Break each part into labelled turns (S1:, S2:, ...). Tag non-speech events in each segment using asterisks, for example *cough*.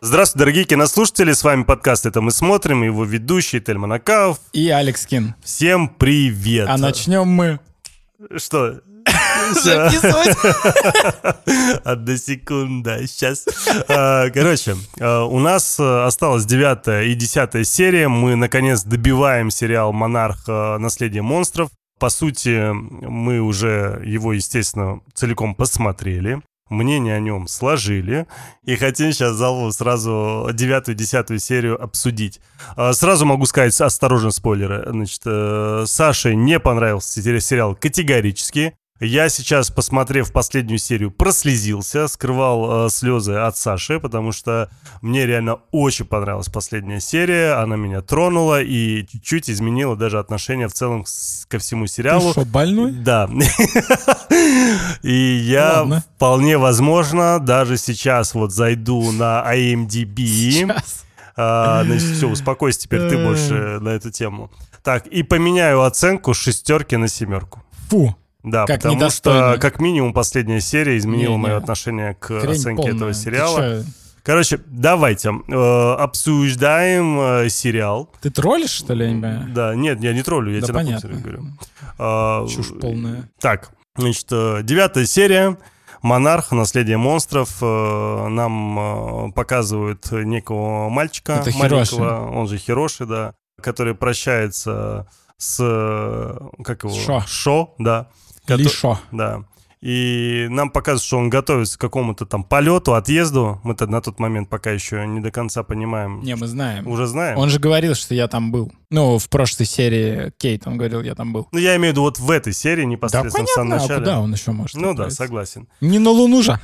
S1: Здравствуйте, дорогие кинослушатели, с вами подкаст «Это мы смотрим», и его ведущий Тельман Акаов.
S2: И Алекс Кин.
S1: Всем привет!
S2: А начнем мы.
S1: Что? Всё.
S2: Записывать.
S1: *laughs* Одна секунда, сейчас. Короче, а, у нас а, осталось девятая и десятая серия. Мы, наконец, добиваем сериал «Монарх. а, Наследие монстров». По сути, мы уже его, естественно, целиком посмотрели. Мнение о нем сложили. И хотим сейчас залу сразу девятую, десятую серию обсудить. А, Сразу могу сказать, осторожно, спойлеры. Значит, э, Саше не понравился сери- сериал категорически. Я сейчас, посмотрев последнюю серию, прослезился, скрывал э, слезы от Саши, потому что мне реально очень понравилась последняя серия, она меня тронула и чуть-чуть изменила даже отношение в целом с- ко всему
S2: Ты
S1: сериалу.
S2: что, больной?
S1: Да. *laughs* И я
S2: Ладно.
S1: вполне возможно даже сейчас вот зайду на А IMDb.
S2: Сейчас.
S1: А, значит, все, успокойся теперь ты
S2: Э.
S1: больше на эту тему. Так, и поменяю оценку с шестерки на семерку.
S2: Фу,
S1: Да,
S2: Как
S1: потому
S2: недостойно.
S1: что, как минимум, последняя серия изменила
S2: Не-не.
S1: мое отношение к
S2: хрень
S1: оценке
S2: полная.
S1: этого
S2: Ты
S1: сериала.
S2: чё,
S1: Короче, давайте э, обсуждаем э, сериал.
S2: Ты троллишь, что ли, я не понимаю?
S1: Да, нет, я не троллю, я
S2: Да
S1: тебе на
S2: понятно.
S1: пульсере говорю. А,
S2: Чушь полная.
S1: Так, значит, э, девятая серия. Монарх, наследие монстров. Э, Нам э, показывают некого мальчика,
S2: Это Хироши.
S1: маленького, он же Хироши, да, который прощается с э, как его
S2: Шо.
S1: да, кото-
S2: Лишо.
S1: да. И нам показывают, что он готовится к какому-то там полету, отъезду. Мы-то на тот момент пока еще не до конца понимаем.
S2: Не, мы знаем.
S1: Уже знаем.
S2: Он же говорил, что я там был. Ну, в прошлой серии Кейт, он говорил, я там был.
S1: Ну, я имею в виду вот в этой серии
S2: Да
S1: непосредственно в
S2: понятно,
S1: самом
S2: а
S1: начале.
S2: куда он еще может
S1: Ну да,
S2: отправиться?
S1: согласен.
S2: Не на Луну же.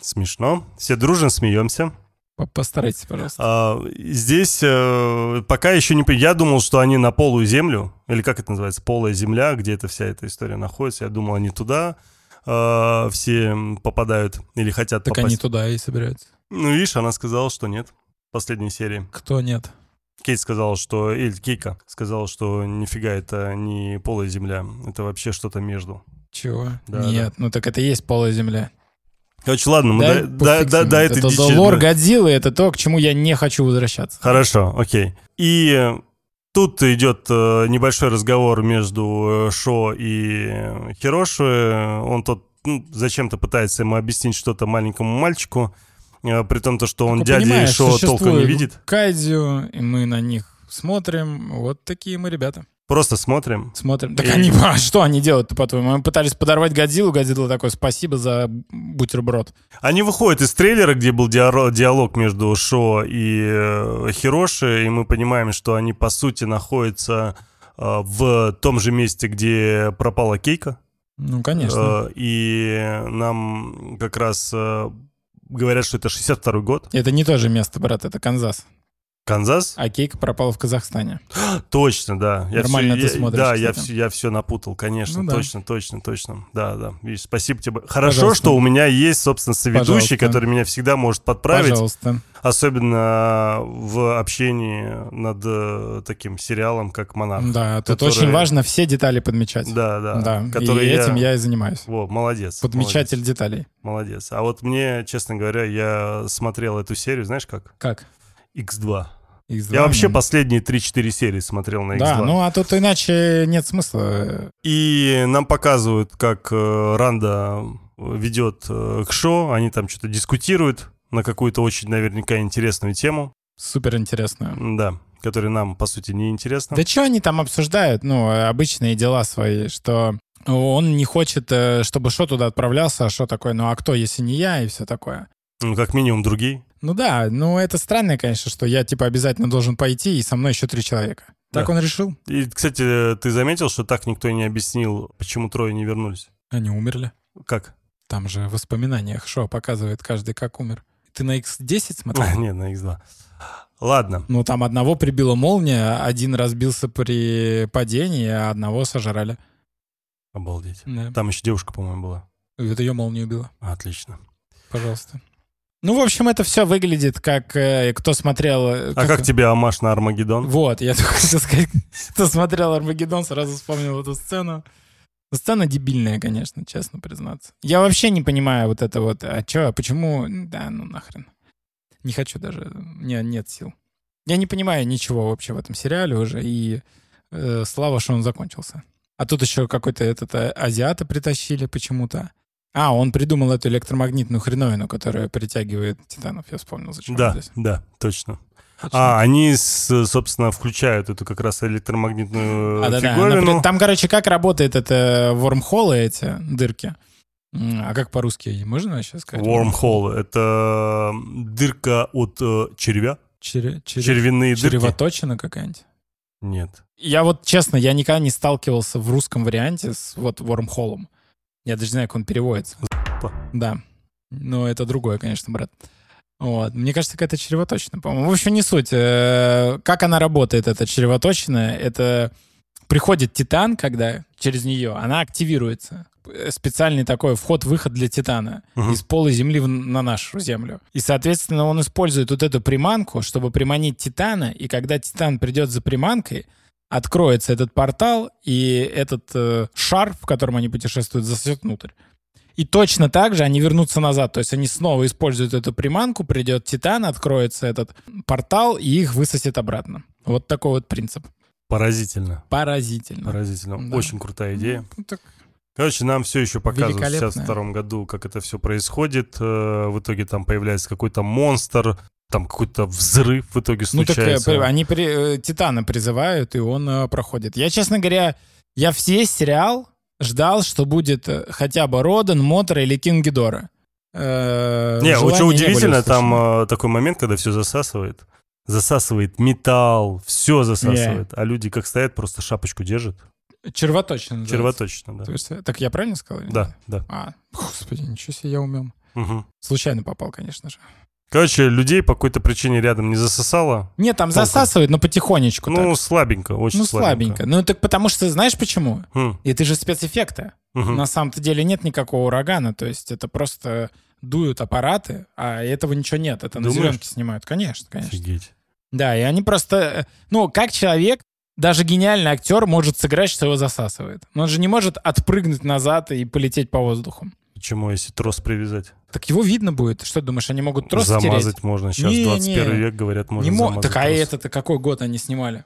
S1: Смешно. Все дружно смеемся.
S2: По- Постарайтесь, пожалуйста.
S1: А, здесь э, пока еще не... пон- Я думал, что они на полую землю, или как это называется, полая земля, где эта вся эта история находится. Я думал, они туда э, все м, попадают или хотят
S2: Так они
S1: попасть.
S2: туда и собираются.
S1: Ну, видишь, она сказала, что нет в последней серии.
S2: Кто нет?
S1: Кейт сказал, что... Или Кейка сказала, что нифига это не полая земля, это вообще что-то между.
S2: Чего?
S1: Да,
S2: Нет, ну так это и есть полая земля.
S1: Короче, ладно, мы
S2: Ну,
S1: до,
S2: Да,
S1: до- до-
S2: пофиг с
S1: до
S2: ним.
S1: этой
S2: Это
S1: дичи...
S2: лор
S1: мы-
S2: Годзиллы, это то, к чему я не хочу возвращаться.
S1: Хорошо, окей. И э, тут идет э, небольшой разговор между э, Шо и э, Хироши. Он тот ну, зачем-то пытается ему объяснить что-то маленькому мальчику, э, при том, то, что он
S2: Ну,
S1: дядя и
S2: понимаешь,
S1: Шо толком не
S2: существует
S1: видит.
S2: Кайдзю, и мы на них смотрим. Вот такие мы ребята.
S1: Просто смотрим.
S2: Смотрим. Так
S1: И-
S2: они, а что они делают-то, по-твоему? Мы пытались подорвать Годзиллу, Годзилла такой, спасибо за бутерброд.
S1: Они выходят из трейлера, где был диаро- диалог между Шо и э, Хироши, и мы понимаем, что они, по сути, находятся э, в том же месте, где пропала Кейка.
S2: Ну, конечно.
S1: Э, И нам как раз э, говорят, что это 62-й год,
S2: Это не то же место, брат, это Канзас.
S1: Канзас.
S2: А Кейка пропала в Казахстане.
S1: Точно, да. Я
S2: Нормально
S1: всё-
S2: ты
S1: я-
S2: смотришь,
S1: Да, я
S2: кстати.
S1: все, я все напутал, конечно,
S2: Ну да.
S1: точно, точно, точно. Да, да. Видишь, спасибо тебе. Хорошо,
S2: Пожалуйста.
S1: что у меня есть, собственно, соведущий,
S2: Пожалуйста.
S1: который меня всегда может подправить,
S2: Пожалуйста.
S1: особенно в общении над э, таким сериалом, как «Монарх».
S2: Да, тут
S1: который-
S2: очень важно все детали подмечать.
S1: Да, да.
S2: А, Да,
S1: который
S2: и этим я и занимаюсь.
S1: Во, молодец.
S2: Подмечатель деталей.
S1: Молодец. молодец. А вот мне, честно говоря, я смотрел эту серию, знаешь как?
S2: Как?
S1: X2.
S2: Их
S1: Я вообще
S2: звание?
S1: последние 3-4 серии смотрел на X2.
S2: Да, ну а тут иначе нет смысла. э,
S1: И нам показывают, как э, Ранда ведет э, к Шо, они там что-то дискутируют на какую-то очень наверняка интересную тему,
S2: Супер интересно.
S1: М, да, которая нам, по сути, не интересна.
S2: Да что они там обсуждают? Ну, обычные дела свои, что он не хочет, э, чтобы Шо туда отправлялся, а Шо такой, ну а кто, если не я, и все такое.
S1: Ну, как минимум, другие.
S2: Ну да, ну это странно, конечно, что я типа обязательно должен пойти, и со мной еще три человека. Так
S1: Да.
S2: он решил?
S1: И, кстати, э, ты заметил, что так никто и не объяснил, почему трое не вернулись?
S2: Они умерли.
S1: Как? *laughs*
S2: Там же в воспоминаниях Шо показывает каждый, как умер. Ты на X10 смотрел?
S1: А, Нет, на X2. Ладно.
S2: Ну, там одного прибила молния, один разбился при падении, а одного сожрали.
S1: Обалдеть.
S2: Да.
S1: Там еще девушка, по-моему, была.
S2: Это ее молния убила.
S1: Отлично.
S2: Пожалуйста. Ну, в общем, это все выглядит как... э, кто смотрел... э,
S1: А как тебе Амаш на Армагеддон?
S2: Вот, я *laughs* только хотел сказать, кто смотрел «Армагеддон», сразу вспомнил эту сцену. Ну, Сцена дебильная, конечно, а честно признаться. Я вообще не понимаю вот это вот. А чё, почему... Да, ну нахрен. Не хочу даже, не, нет сил. Я не понимаю ничего вообще в этом сериале уже, и э, слава, что он закончился. А тут еще какой-то этот э, азиата притащили почему-то. А, он придумал эту электромагнитную хреновину, которая притягивает титанов, я вспомнил, зачем
S1: Да,
S2: он здесь.
S1: да, точно.
S2: Точно.
S1: А, они, с- собственно, включают эту как раз электромагнитную э,
S2: А, да, да.
S1: фиговину.
S2: Например, Там, короче, как работает это э, вормхолы эти дырки? М, А как по-русски? Можно сейчас сказать?
S1: Wormhole — это дырка от э, червя,
S2: Чере- чере-
S1: червяные дырки.
S2: Червоточина какая-нибудь?
S1: Нет.
S2: Я вот, честно, я никогда не сталкивался в русском варианте с вот вормхолом. Я даже не знаю, как он переводится.
S1: З***а.
S2: Да. Но это другое, конечно, брат. Вот. Мне кажется, какая-то червоточина, по-моему. В общем, не суть. Э, Как она работает, эта червоточина? Это приходит титан, когда через нее она активируется. Э, Специальный такой вход-выход для титана
S1: Мгм.
S2: из пола земли в- на нашу землю. И, соответственно, он использует вот эту приманку, чтобы приманить титана. И когда титан придет за приманкой, откроется этот портал, и этот э, шар, в котором они путешествуют, засосет внутрь. И точно так же они вернутся назад. То есть они снова используют эту приманку, придет Титан, откроется этот портал, и их высосет обратно. Вот такой вот принцип.
S1: Поразительно.
S2: Поразительно.
S1: Поразительно.
S2: Да.
S1: Очень крутая идея.
S2: Ну, так,
S1: Короче, нам все еще показывают в
S2: Великолепная.
S1: 1962 году, как это все происходит. Э, В итоге там появляется какой-то монстр, там какой-то взрыв в итоге
S2: ну, так э,
S1: случается.
S2: при- они при- э, Титана призывают, и он э, проходит. Я, честно говоря, я все сериал ждал, что будет э, хотя бы Роден, Мотор или Кинг Гидора. Э,
S1: не,
S2: желания
S1: очень
S2: были
S1: удивительно, там
S2: услышаны.
S1: э, такой момент, когда все засасывает. Засасывает металл, все засасывает. А люди как стоят, просто шапочку держат.
S2: Червоточина. называется.
S1: Червоточно, да.
S2: То есть, э, так я правильно сказал? или нет?
S1: э, Да, да.
S2: А, господи, ничего себе, я умем.
S1: Мгм.
S2: Случайно попал, конечно же.
S1: Короче, людей по какой-то причине рядом не засосало.
S2: Нет, там
S1: Толком.
S2: засасывает, но потихонечку. так.
S1: Ну, слабенько, очень
S2: ну
S1: слабенько.
S2: слабенько. Ну, так потому что, знаешь почему?
S1: М,
S2: Это же спецэффекты.
S1: мгм.
S2: На самом-то деле нет никакого урагана, то есть это просто дуют аппараты, а этого ничего нет. Это
S1: Думаешь?
S2: на зеленке снимают. Конечно, конечно.
S1: Офигеть.
S2: Да, и они просто... э, Ну, как человек, даже гениальный актер может сыграть, что его засасывает. Но он же не может отпрыгнуть назад и полететь по воздуху.
S1: Почему, если трос привязать?
S2: Так его видно будет. Что думаешь, они могут трос терять?
S1: замазать можно. Сейчас
S2: Не,
S1: 21
S2: не.
S1: век, говорят, можно
S2: не мо-
S1: замазать.
S2: Так а
S1: трос.
S2: это-то какой год они снимали?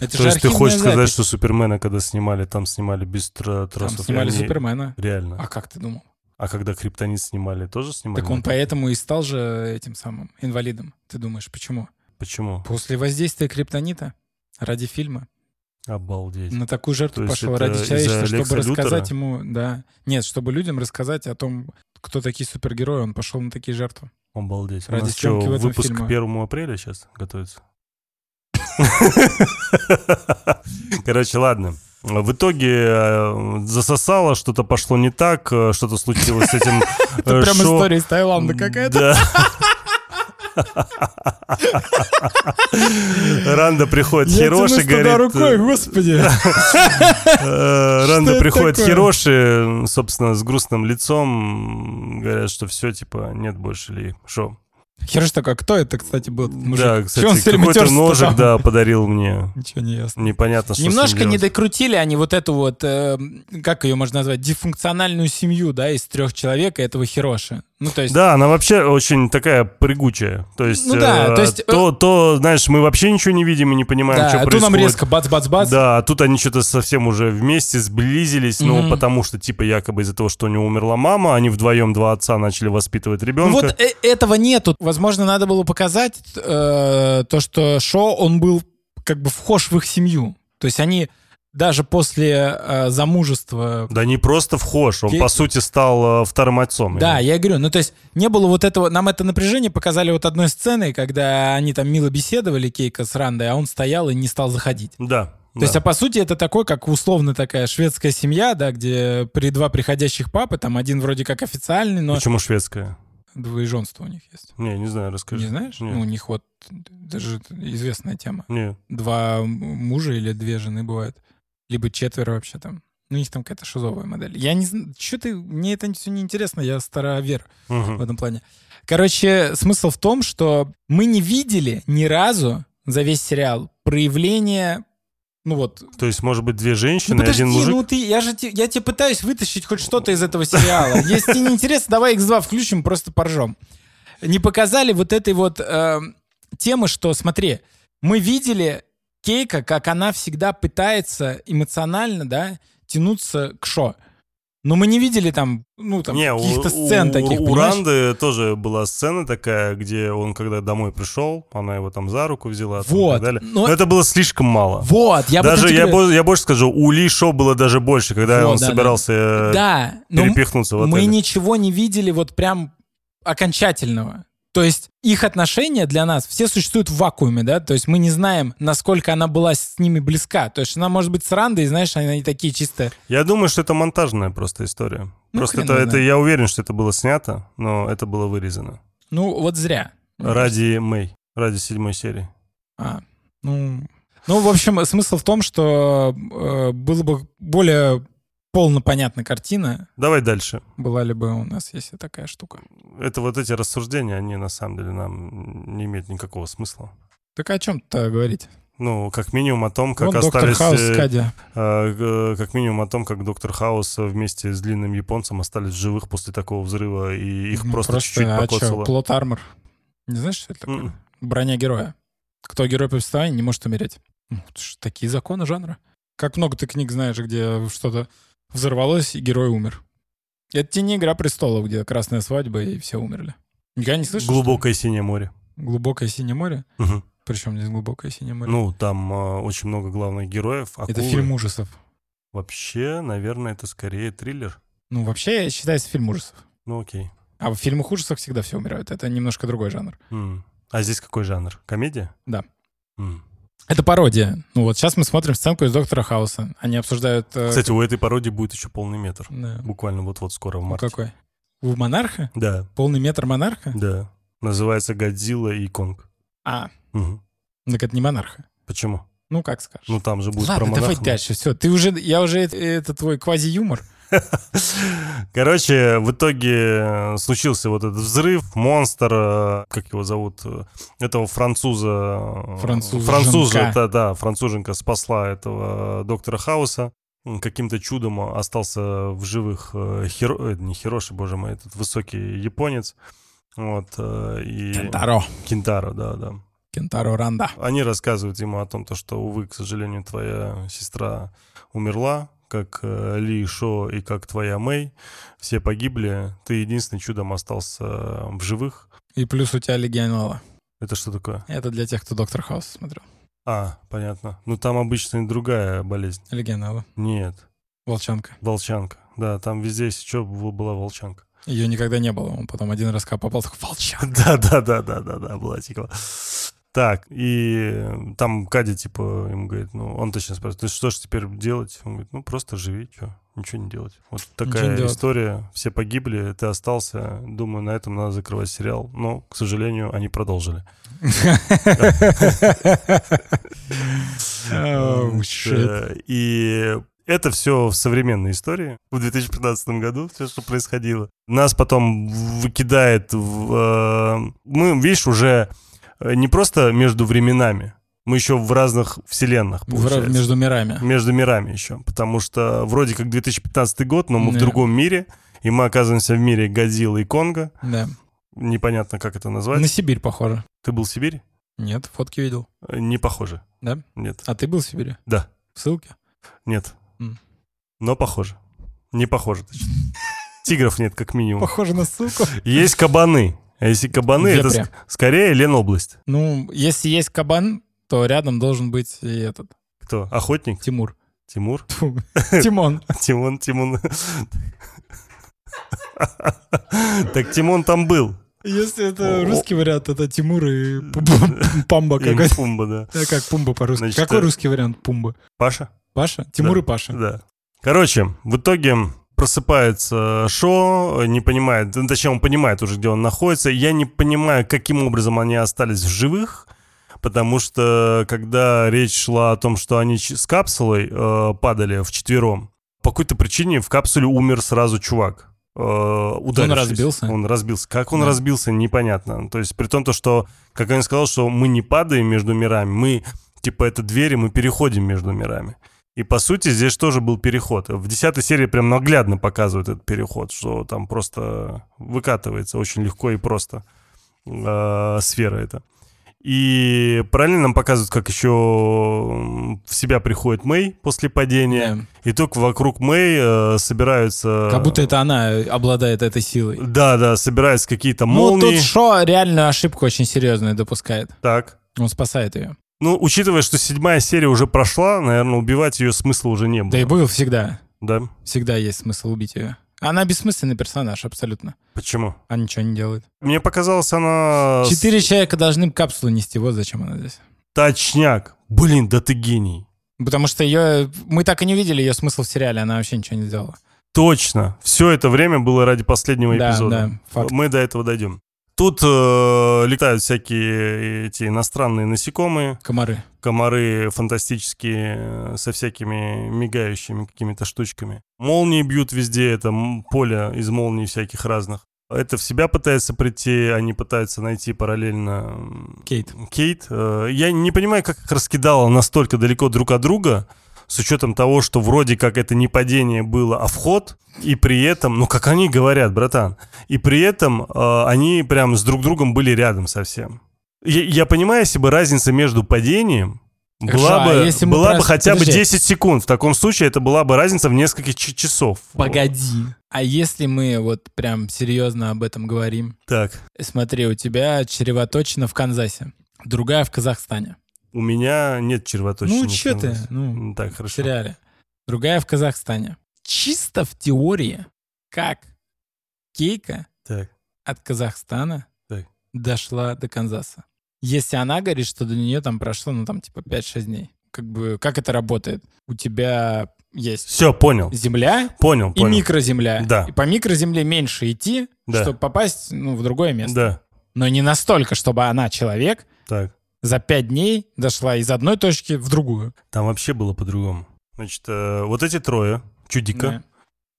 S2: Это
S1: То
S2: же
S1: есть ты
S2: архивная
S1: хочешь сказать,
S2: запись.
S1: что Супермена, когда снимали, там снимали без тро- тросов?
S2: Там
S1: и
S2: снимали
S1: они-
S2: Супермена.
S1: Реально.
S2: А
S1: А...
S2: как ты думал?
S1: когда Криптонит снимали, тоже снимали?
S2: Так он поэтому и стал же этим самым инвалидом. Ты думаешь, почему?
S1: Почему?
S2: После воздействия криптонита ради фильма
S1: Обалдеть.
S2: на такую
S1: То
S2: жертву
S1: есть
S2: пошел
S1: это
S2: ради
S1: из-за
S2: человечества, чтобы
S1: Лекса Лютера?
S2: рассказать ему, да, нет, чтобы людям рассказать о том, кто такие супергерои, он пошел на такие жертвы. *laughs*
S1: Обалдеть.
S2: ради
S1: У нас что,
S2: съемки в этом
S1: выпуск
S2: фильма.
S1: к 1 апреля сейчас
S2: *laughs*
S1: готовится? Короче, ладно. В итоге э, засосало, что-то пошло не так, э, что-то случилось с этим
S2: *laughs* Это
S1: э,
S2: прям
S1: шо-
S2: история из Таиланда какая-то.
S1: Да. *laughs* Ранда приходит
S2: Я
S1: Хироши,
S2: тянусь туда
S1: говорит...
S2: рукой, господи.
S1: э, Ранда
S2: это
S1: приходит
S2: такое?
S1: Хироши, собственно, с грустным лицом. Говорят, что все, типа, нет больше ли. Шо?
S2: Хер что, а кто это, кстати, был? этот мужик?
S1: Да,
S2: Чё он
S1: кстати,
S2: всё время
S1: какой-то
S2: терся-то
S1: ножик,
S2: там?
S1: да, подарил мне.
S2: *laughs* Ничего не ясно.
S1: Непонятно, что с ним
S2: Немножко не
S1: делать.
S2: докрутили они вот эту вот, э, как ее можно назвать, дисфункциональную семью, да, из трех человек и этого Хироши. Ну, то есть...
S1: Да, она вообще очень такая прыгучая. То есть,
S2: Ну да,
S1: э,
S2: то есть, э,
S1: то, то, знаешь, мы вообще ничего не видим и не понимаем,
S2: да,
S1: что
S2: а то
S1: происходит.
S2: нам резко бац-бац-бац.
S1: Да, а тут они что-то совсем уже вместе сблизились, ну,
S2: Мгм.
S1: потому что, типа, якобы из-за того, что у него умерла мама, они вдвоем два отца начали воспитывать
S2: Ну
S1: ребенка.
S2: вот э, этого нету. Возможно, надо было показать э, то, что Шо, он был как бы вхож в их семью. То есть они даже после э, замужества...
S1: Да не просто вхож, он,
S2: Ке-
S1: по сути, стал э, вторым отцом.
S2: Да,
S1: Или-
S2: я и говорю, ну то есть не было вот этого, нам это напряжение показали вот одной сценой, когда они там мило беседовали, Кейка с Рандой, а он стоял и не стал заходить.
S1: Да.
S2: То
S1: да.
S2: есть, а по сути, это такой, как условно такая шведская семья, да, где при два приходящих папы, там один вроде как официальный, но
S1: Почему шведская?
S2: двоеженство у них есть.
S1: Не, не знаю, расскажи.
S2: Не знаешь?
S1: Нет.
S2: Ну, у них вот даже известная тема.
S1: Не.
S2: Два м- мужа или две жены бывает. Либо четверо вообще там. Ну, У них там какая-то шизовая модель. Я не знаю, что ты, мне это все не интересно, я старовер в
S1: Мгм.
S2: этом плане. Короче, смысл в том, что мы не видели ни разу за весь сериал проявление, ну вот,
S1: То есть, может быть, две женщины
S2: Ну
S1: и
S2: подожди,
S1: один мужик?
S2: ну ты, я же те- я тебе пытаюсь вытащить хоть что-то из этого сериала. Если тебе не интересно, давай X2 включим, просто поржем. не показали вот этой вот э, темы, что, смотри, мы видели Кейка, как она всегда пытается эмоционально, да, тянуться к Шо. Но мы не видели там, ну, там,
S1: Не, у-
S2: каких-то
S1: у-
S2: сцен таких,
S1: У,
S2: понимаешь?
S1: Ранды тоже была сцена такая, где он когда домой пришел, она его там за руку взяла. там и
S2: Вот,
S1: так далее.
S2: но-
S1: Но... это было слишком мало.
S2: Вот, я об этом
S1: даже
S2: тебе
S1: я,
S2: говорю.
S1: бо- я больше скажу, у Ли Шо было даже больше, когда
S2: Вот,
S1: он
S2: да, да.
S1: собирался э,
S2: Да, но м-
S1: перепихнуться в отеле.
S2: мы ничего не видели вот прям окончательного. То есть их отношения для нас все существуют в вакууме, да, то есть мы не знаем, насколько она была с ними близка. То есть она может быть с Рандой, и, знаешь, они такие чисто...
S1: Я думаю, что это монтажная просто история.
S2: Ну,
S1: просто
S2: хрен
S1: это,
S2: его
S1: это-
S2: знает.
S1: я уверен, что это было снято, но это было вырезано.
S2: Ну, вот зря.
S1: Ради Мэй, ради седьмой серии.
S2: А, ну... ну, в общем, смысл в том, что э, было бы более полно понятна картина,
S1: Давай дальше.
S2: была ли бы у нас, если такая штука.
S1: Это вот эти рассуждения, они на самом деле нам не имеют никакого смысла.
S2: Так о чем-то говорить?
S1: Ну, как минимум о том, как
S2: Вон доктор
S1: остались...
S2: Хаус
S1: э,
S2: с Кади.
S1: э, э, как минимум о том, как Доктор Хаус вместе с длинным японцем остались в живых после такого взрыва, и их
S2: Ну,
S1: просто, чуть-чуть М-м.
S2: а чё,
S1: покоцало.
S2: Плот армор. Не знаешь, что это такое?
S1: М.
S2: Броня героя. Кто герой повествования, не может умереть. Ну, это ж такие законы жанра. Как много ты книг знаешь, где что-то взорвалось, и герой умер. Это тебе не «Игра престолов», где красная свадьба, и все умерли. Никогда не слышал?
S1: Глубокое синее море.
S2: что ли? Глубокое синее море?
S1: Мгм.
S2: Причем здесь глубокое синее море?
S1: Ну, там э, очень много главных героев.
S2: это
S1: акулы.
S2: фильм ужасов.
S1: Вообще, наверное, это скорее триллер.
S2: Ну, вообще, считается фильм ужасов.
S1: Ну, окей.
S2: А в фильмах ужасов всегда все умирают. Это немножко другой жанр.
S1: М. А здесь какой жанр? Комедия?
S2: Да.
S1: М.
S2: Это пародия. Ну вот сейчас мы смотрим сценку из «Доктора Хауса». Они обсуждают... э,
S1: Кстати, у этой пародии будет еще полный метр.
S2: да.
S1: Буквально вот-вот скоро в
S2: Ну,
S1: марте.
S2: какой? У монарха?
S1: Да,
S2: Полный метр монарха?
S1: да. Называется «Годзилла и Конг».
S2: А,
S1: Мгм.
S2: так это не монарха.
S1: Почему?
S2: Ну, как скажешь.
S1: Ну, там же будет про
S2: Ладно, давай
S1: монарха.
S2: дальше. Все, ты уже, я уже, это, это твой квази-юмор.
S1: Короче, в итоге э, случился вот этот взрыв, монстр, э, как его зовут, э, этого француза. э,
S2: Француженка.
S1: Француза, да, да, француженка спасла этого э, доктора Хауса. М, Каким-то чудом остался в живых э, Хиро- э, не Хироши, боже мой, этот высокий японец. Вот, э, и...
S2: Кентаро.
S1: Кентаро, да, да.
S2: Кентаро Ранда.
S1: Они рассказывают ему о том, то, что, увы, к сожалению, твоя сестра умерла, как э, Ли Шо и как твоя Мэй. Все погибли. Ты единственный чудом остался э, в живых.
S2: И плюс у тебя легионелла.
S1: Это что такое?
S2: Это для тех, кто Доктор Хаус смотрел.
S1: А, понятно. Ну, там обычно и другая болезнь.
S2: Легионелла.
S1: Нет,
S2: Волчанка.
S1: волчанка. Да, там везде, если что, бу- была волчанка.
S2: Ее никогда не было. Он потом один раз когда попал, такой,
S1: *laughs*
S2: волчанка.
S1: Да-да-да-да-да-да, была тиква. Так, и э, там Кади, типа, ему говорит, ну, он точно спрашивает, ты что ж теперь делать? Он говорит, ну, просто живи, что, ничего не делать. Вот
S2: Ничего не
S1: такая
S2: делать.
S1: история, все погибли, ты остался, думаю, на этом надо закрывать сериал. Но, к сожалению, они продолжили.
S2: Oh,
S1: Вот, э,
S2: shit.
S1: И это все в современной истории. В 2015 году все, что происходило. Нас потом выкидает в... э, Мы, видишь, уже э, не просто между временами, мы еще в разных вселенных,
S2: В-
S1: получается. между...
S2: Между мирами.
S1: мирами еще. Потому что вроде как 2015 год, но мы
S2: Да.
S1: в другом мире. И мы оказываемся в мире Годзиллы и Конга.
S2: Да.
S1: Непонятно, как это назвать.
S2: На Сибирь похоже.
S1: Ты был в Сибири?
S2: Нет, фотки видел.
S1: Э, Не похоже.
S2: Да?
S1: Нет.
S2: А ты был в Сибири?
S1: Да.
S2: В ссылке?
S1: Нет.
S2: М.
S1: Но похоже. Не похоже,
S2: *laughs*
S1: точнее. Тигров нет, как минимум.
S2: Похоже на ссылку.
S1: Есть кабаны. *laughs* А если кабаны, это
S2: Вепря.
S1: ск- скорее Ленобласть.
S2: Ну, если есть кабан, то рядом должен быть и этот,
S1: Кто? Охотник?
S2: Тимур.
S1: Тимур? *laughs*
S2: Тьфу, Тимон.
S1: Тимон,
S2: *laughs*
S1: Тимон. Так Тимон там был.
S2: Если это
S1: О.
S2: русский вариант, это Тимур и Пум- Памба
S1: И
S2: какой-то.
S1: Пумба, да.
S2: *laughs* Да, Как Пумба по-русски.
S1: Значит,
S2: Какой
S1: э,
S2: русский вариант Пумбы?
S1: Паша?
S2: Паша? Тимур
S1: Да.
S2: и Паша.
S1: Да. Короче, в итоге просыпается Шо, не понимает, ну, точнее, он понимает уже, где он находится. Я не понимаю, каким образом они остались в живых, потому что, когда речь шла о том, что они ч- с капсулой э, падали вчетвером, по какой-то причине в капсуле умер сразу чувак. э, ударившись.
S2: разбился?
S1: Он разбился. Как он
S2: Да.
S1: разбился, непонятно. То есть при том, то, что, как он сказал, что мы не падаем между мирами, мы, типа, это двери, мы переходим между мирами. И по сути здесь тоже был переход. В десятой серии прям наглядно показывают этот переход, что там просто выкатывается очень легко и просто. э, сфера это. И параллельно нам показывают, как еще в себя приходит Мэй после падения. И только вокруг Мэй э, собираются...
S2: Эм, Как будто это она обладает этой силой.
S1: Да-да, собираются какие-то
S2: Ну,
S1: молнии.
S2: тут Шо реально ошибку очень серьезную допускает.
S1: Так.
S2: Он спасает ее.
S1: Ну, учитывая, что седьмая серия уже прошла, наверное, убивать ее смысла уже не было.
S2: Да и был всегда.
S1: Да?
S2: Всегда есть смысл убить ее. Она бессмысленный персонаж, абсолютно.
S1: Почему?
S2: Она ничего не делает.
S1: Мне показалось, она... с-
S2: Четыре человека должны капсулу нести, вот зачем она здесь.
S1: Точняк. Блин, да ты гений.
S2: Потому что ее... Мы так и не видели ее смысл в сериале, она вообще ничего не сделала.
S1: Точно. Все это время было ради последнего
S2: да,
S1: эпизода.
S2: да, факт.
S1: Мы до этого дойдем. Тут э, летают всякие эти иностранные насекомые,
S2: Комары.
S1: комары фантастические э, со всякими мигающими какими-то штучками. Молнии бьют везде, это м, поле из молний всяких разных. Это в себя пытается прийти, они пытаются найти параллельно м,
S2: Кейт.
S1: Кейт. Э, я не понимаю, как их раскидало настолько далеко друг от друга, с учетом того, что вроде как это не падение было, а вход, и при этом, ну как они говорят, братан, и при этом э, они прям с друг другом были рядом совсем. Я, я понимаю, если бы разница между падением была
S2: Хорошо, а
S1: бы,
S2: если мы
S1: была бы
S2: просто-
S1: хотя бы
S2: подожди.
S1: 10 секунд, в таком случае это была бы разница в несколько ч- часов.
S2: Погоди. А если мы вот прям серьезно об этом говорим?
S1: Так,
S2: Смотри, у тебя чревоточина в Канзасе, другая в Казахстане.
S1: у меня нет червоточины.
S2: ну, че ты? Ну,
S1: М, Так,
S2: в
S1: хорошо.
S2: сериале. Другая в Казахстане. Чисто в теории, как Кейка
S1: Так.
S2: от Казахстана
S1: Так.
S2: дошла до Канзаса. Если она говорит, что до нее там прошло, ну, там, типа, 5-6 дней. Как бы, как это работает? У тебя есть
S1: Все, понял.
S2: земля,
S1: Понял,
S2: И
S1: понял.
S2: микроземля.
S1: Да.
S2: И по микроземле меньше идти,
S1: Да.
S2: чтобы попасть ну, в другое место.
S1: Да,
S2: Но не настолько, чтобы она, человек,
S1: так.
S2: за пять дней дошла из одной точки в другую.
S1: Там вообще было по-другому. Значит, э, вот эти трое, чудика,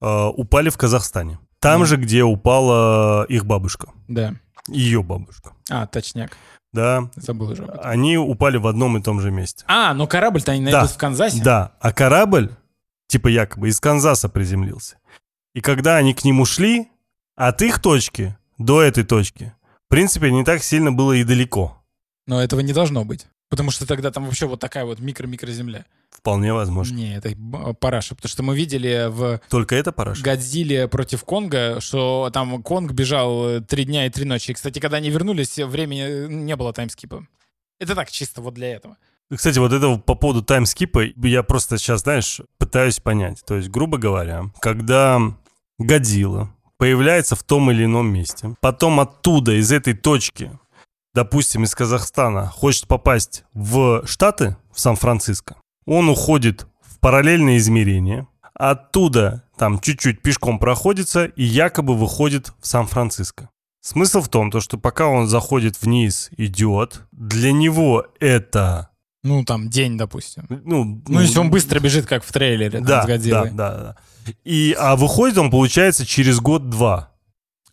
S2: Да.
S1: э, упали в Казахстане. Там
S2: Да.
S1: же, где упала их бабушка,
S2: Да.
S1: ее бабушка.
S2: А, точняк.
S1: Да,
S2: Забыл уже. об этом.
S1: они упали в одном и том же месте.
S2: А, ну корабль-то они найдут
S1: Да.
S2: в Канзасе.
S1: Да, а корабль, типа якобы, из Канзаса приземлился. И когда они к нему шли, от их точки до этой точки, в принципе, не так сильно было и далеко.
S2: Но этого не должно быть. Потому что тогда там вообще вот такая вот микро-микроземля.
S1: Вполне возможно.
S2: Не, это б- параша. Потому что мы видели в
S1: Только это параша?
S2: Годзилле против Конга, что там Конг бежал э, три дня и три ночи. И, кстати, когда они вернулись, времени э, не было таймскипа. Это так чисто вот для этого.
S1: Кстати, вот этого по поводу таймскипа я просто сейчас, знаешь, пытаюсь понять. То есть, грубо говоря, когда Годзилла появляется в том или ином месте, потом оттуда, из этой точки, допустим, из Казахстана, хочет попасть в Штаты, в Сан-Франциско, он уходит в параллельное измерение, оттуда там чуть-чуть пешком проходится и якобы выходит в Сан-Франциско. Смысл в том, то, что пока он заходит вниз, идет, для него это
S2: Ну, там, день, допустим.
S1: ну,
S2: Ну, если он быстро бежит, как в трейлере там,
S1: да,
S2: с
S1: да,
S2: Годзиллой.
S1: да, да. И, а выходит он, получается, через год-два.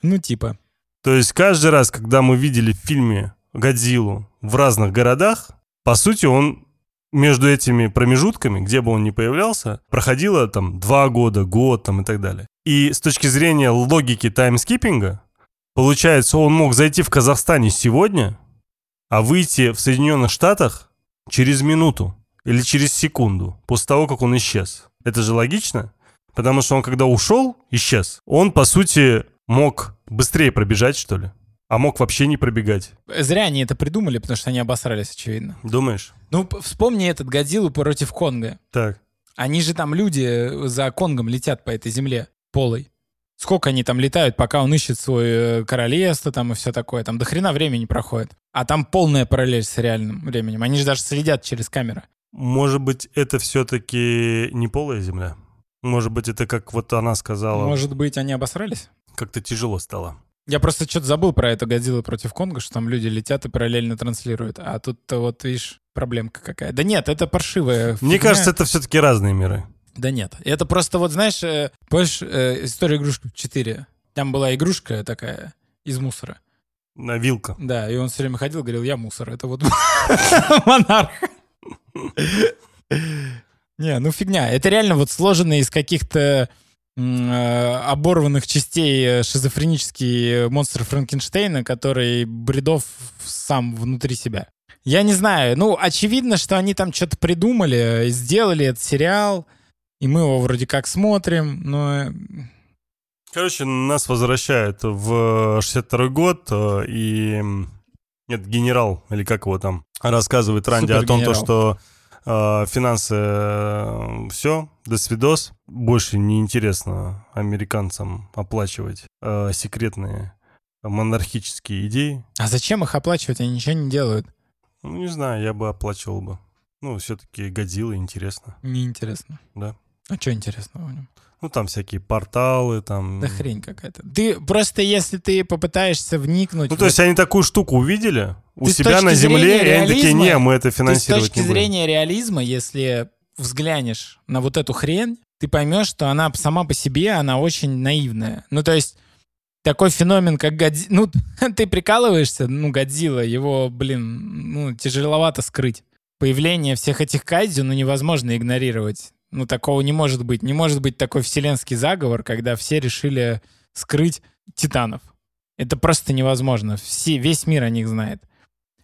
S2: Ну, типа.
S1: То есть каждый раз, когда мы видели в фильме Годзиллу в разных городах, по сути, он между этими промежутками, где бы он ни появлялся, проходило там два года, год там и так далее. И с точки зрения логики таймскиппинга, получается, он мог зайти в Казахстане сегодня, а выйти в Соединенных Штатах через минуту или через секунду после того, как он исчез. Это же логично? Потому что он, когда ушел, исчез. Он, по сути, мог быстрее пробежать, что ли. А мог вообще не пробегать.
S2: Зря они это придумали, потому что они обосрались, очевидно.
S1: Думаешь?
S2: Ну, п- вспомни этот Годзиллу против Конга.
S1: Так.
S2: Они же там люди э, за Конгом летят по этой земле полой. Сколько они там летают, пока он ищет свое королевство там и все такое. Там до хрена времени проходит. А там полная параллель с реальным временем. Они же даже следят через камеры.
S1: Может быть, это все-таки не полая земля? Может быть, это как вот она сказала,
S2: Может быть, они обосрались?
S1: как-то тяжело стало.
S2: Я просто что-то забыл про это Годзилла против Конга, что там люди летят и параллельно транслируют. А тут-то вот, видишь, проблемка какая. Да нет, это паршивая
S1: Мне
S2: фигня.
S1: кажется, это все-таки разные миры.
S2: Да нет. Это просто вот, знаешь, э, помнишь э, история игрушки 4? Там была игрушка такая из мусора.
S1: На вилка.
S2: Да, и он все время ходил, говорил, я мусор. Это вот *laughs* монарх. Не, ну фигня. Это реально вот сложено из каких-то оборванных частей э, шизофренический э, монстр Франкенштейна, который бредов сам внутри себя. Я не знаю, ну, очевидно, что они там что-то придумали, э, сделали этот сериал, и мы его вроде как смотрим, но... э,
S1: Короче, нас возвращают в 62-й год, э, и... Нет, генерал, или как его там, рассказывает Ранди о том, то, что финансы э, все, до свидос. Больше не интересно американцам оплачивать э, секретные монархические идеи.
S2: А зачем их оплачивать? Они ничего не делают.
S1: Ну, не знаю, я бы оплачивал бы. Ну, все-таки Годзилла интересно.
S2: Неинтересно.
S1: Да.
S2: А что интересного в нем?
S1: Ну, там всякие порталы, там...
S2: Да хрень какая-то. Ты просто, если ты попытаешься вникнуть...
S1: Ну, то есть
S2: это...
S1: они такую штуку увидели у
S2: Ты с
S1: себя
S2: точки
S1: на земле,
S2: зрения
S1: и они такие,
S2: реализма-
S1: не, мы это
S2: ты с
S1: финансировать
S2: точки
S1: не будем.
S2: зрения реализма, если взглянешь на вот эту хрень, ты поймешь, что она сама по себе, она очень наивная. Ну, то есть такой феномен, как Годзилла... Ну, *laughs* ты прикалываешься, ну, Годзилла, его, блин, ну, тяжеловато скрыть. Появление всех этих кайдзю, ну, невозможно игнорировать. Ну, такого не может быть. Не может быть такой вселенский заговор, когда все решили скрыть титанов. Это просто невозможно. Все, весь мир о них знает.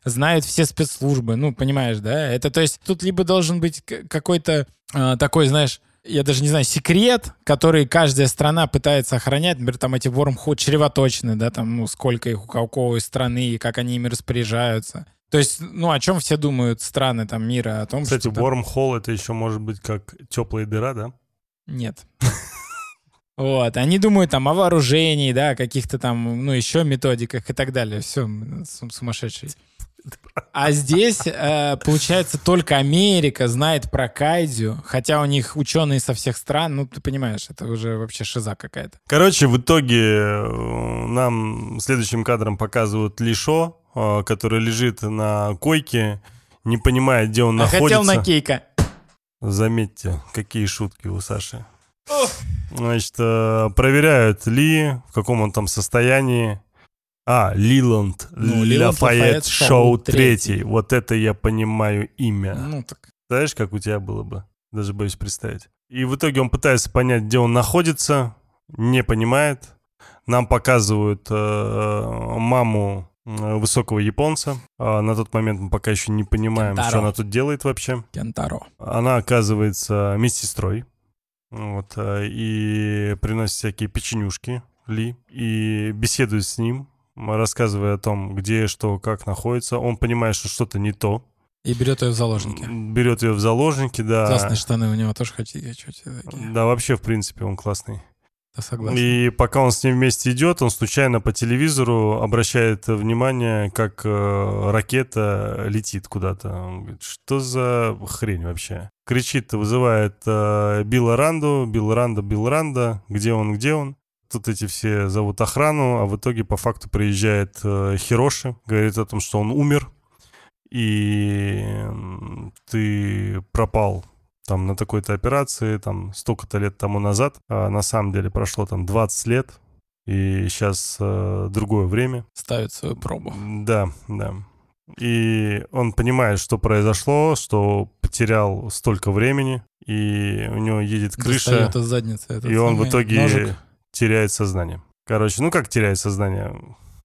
S2: Знают все спецслужбы, ну, понимаешь, да? Это, то есть, тут либо должен быть к- какой-то а, такой, знаешь, я даже не знаю, секрет, который каждая страна пытается охранять. Например, там эти вормход чревоточны, да, там, ну, сколько их у какой страны, и как они ими распоряжаются. То есть, ну, о чем все думают страны там мира? О том,
S1: Кстати,
S2: что... там-
S1: Wormhole это еще может быть как теплая дыра, да?
S2: Нет. *laughs* Вот, они думают там о вооружении, да, о каких-то там, ну, еще методиках и так далее. Все, сумасшедший. А здесь, э, получается, только Америка знает про Кайдзю, хотя у них ученые со всех стран, ну, ты понимаешь, это уже вообще шиза какая-то.
S1: Короче, в итоге э, нам следующим кадром показывают Лишо, э, который лежит на койке, не понимая, где он
S2: А
S1: находится.
S2: хотел на Кейка.
S1: Заметьте, какие шутки у Саши. Значит, э, проверяют Ли, в каком он там состоянии. А, Лиланд,
S2: Ну, Лиланд
S1: Лафайет
S2: Лафайет
S1: Шоу
S2: Шоу
S1: 3.
S2: третий.
S1: Вот это я понимаю имя.
S2: Ну, так,
S1: Знаешь, как у тебя было бы? Даже боюсь представить. И в итоге он пытается понять, где он находится, не понимает. Нам показывают э, маму э, высокого японца. А на тот момент мы пока еще не понимаем,
S2: Кентаро.
S1: что она тут делает вообще.
S2: Кентаро.
S1: Она оказывается медсестрой. Вот, э, и приносит всякие печенюшки Ли. И беседует с ним, рассказывая о том, где, что, как находится. Он понимает, что что-то не то.
S2: И берет ее в заложники.
S1: М, Берет ее в заложники, да.
S2: Классные штаны у него тоже хотите, я чуть такие.
S1: Да, вообще, в принципе, он классный.
S2: Да, согласен.
S1: И пока он с ним вместе идет, он случайно по телевизору обращает внимание, как э, ракета летит куда-то. Он говорит, что за хрень вообще? Кричит, вызывает э, Билла Ранду, Билл Ранда, Билл Ранда, где он, где он? Тут эти все зовут охрану, а в итоге по факту приезжает э, Хироши, говорит о том, что он умер, и м, ты пропал там на такой-то операции, там столько-то лет тому назад, а на самом деле прошло там 20 лет, и сейчас другое время.
S2: Ставит свою пробу.
S1: Да, да. И он понимает, что произошло, что потерял столько времени, и у него едет крыша
S2: Достает из задницы этот
S1: и он в
S2: самый
S1: итоге
S2: ножик.
S1: теряет сознание. Короче, ну как теряет сознание,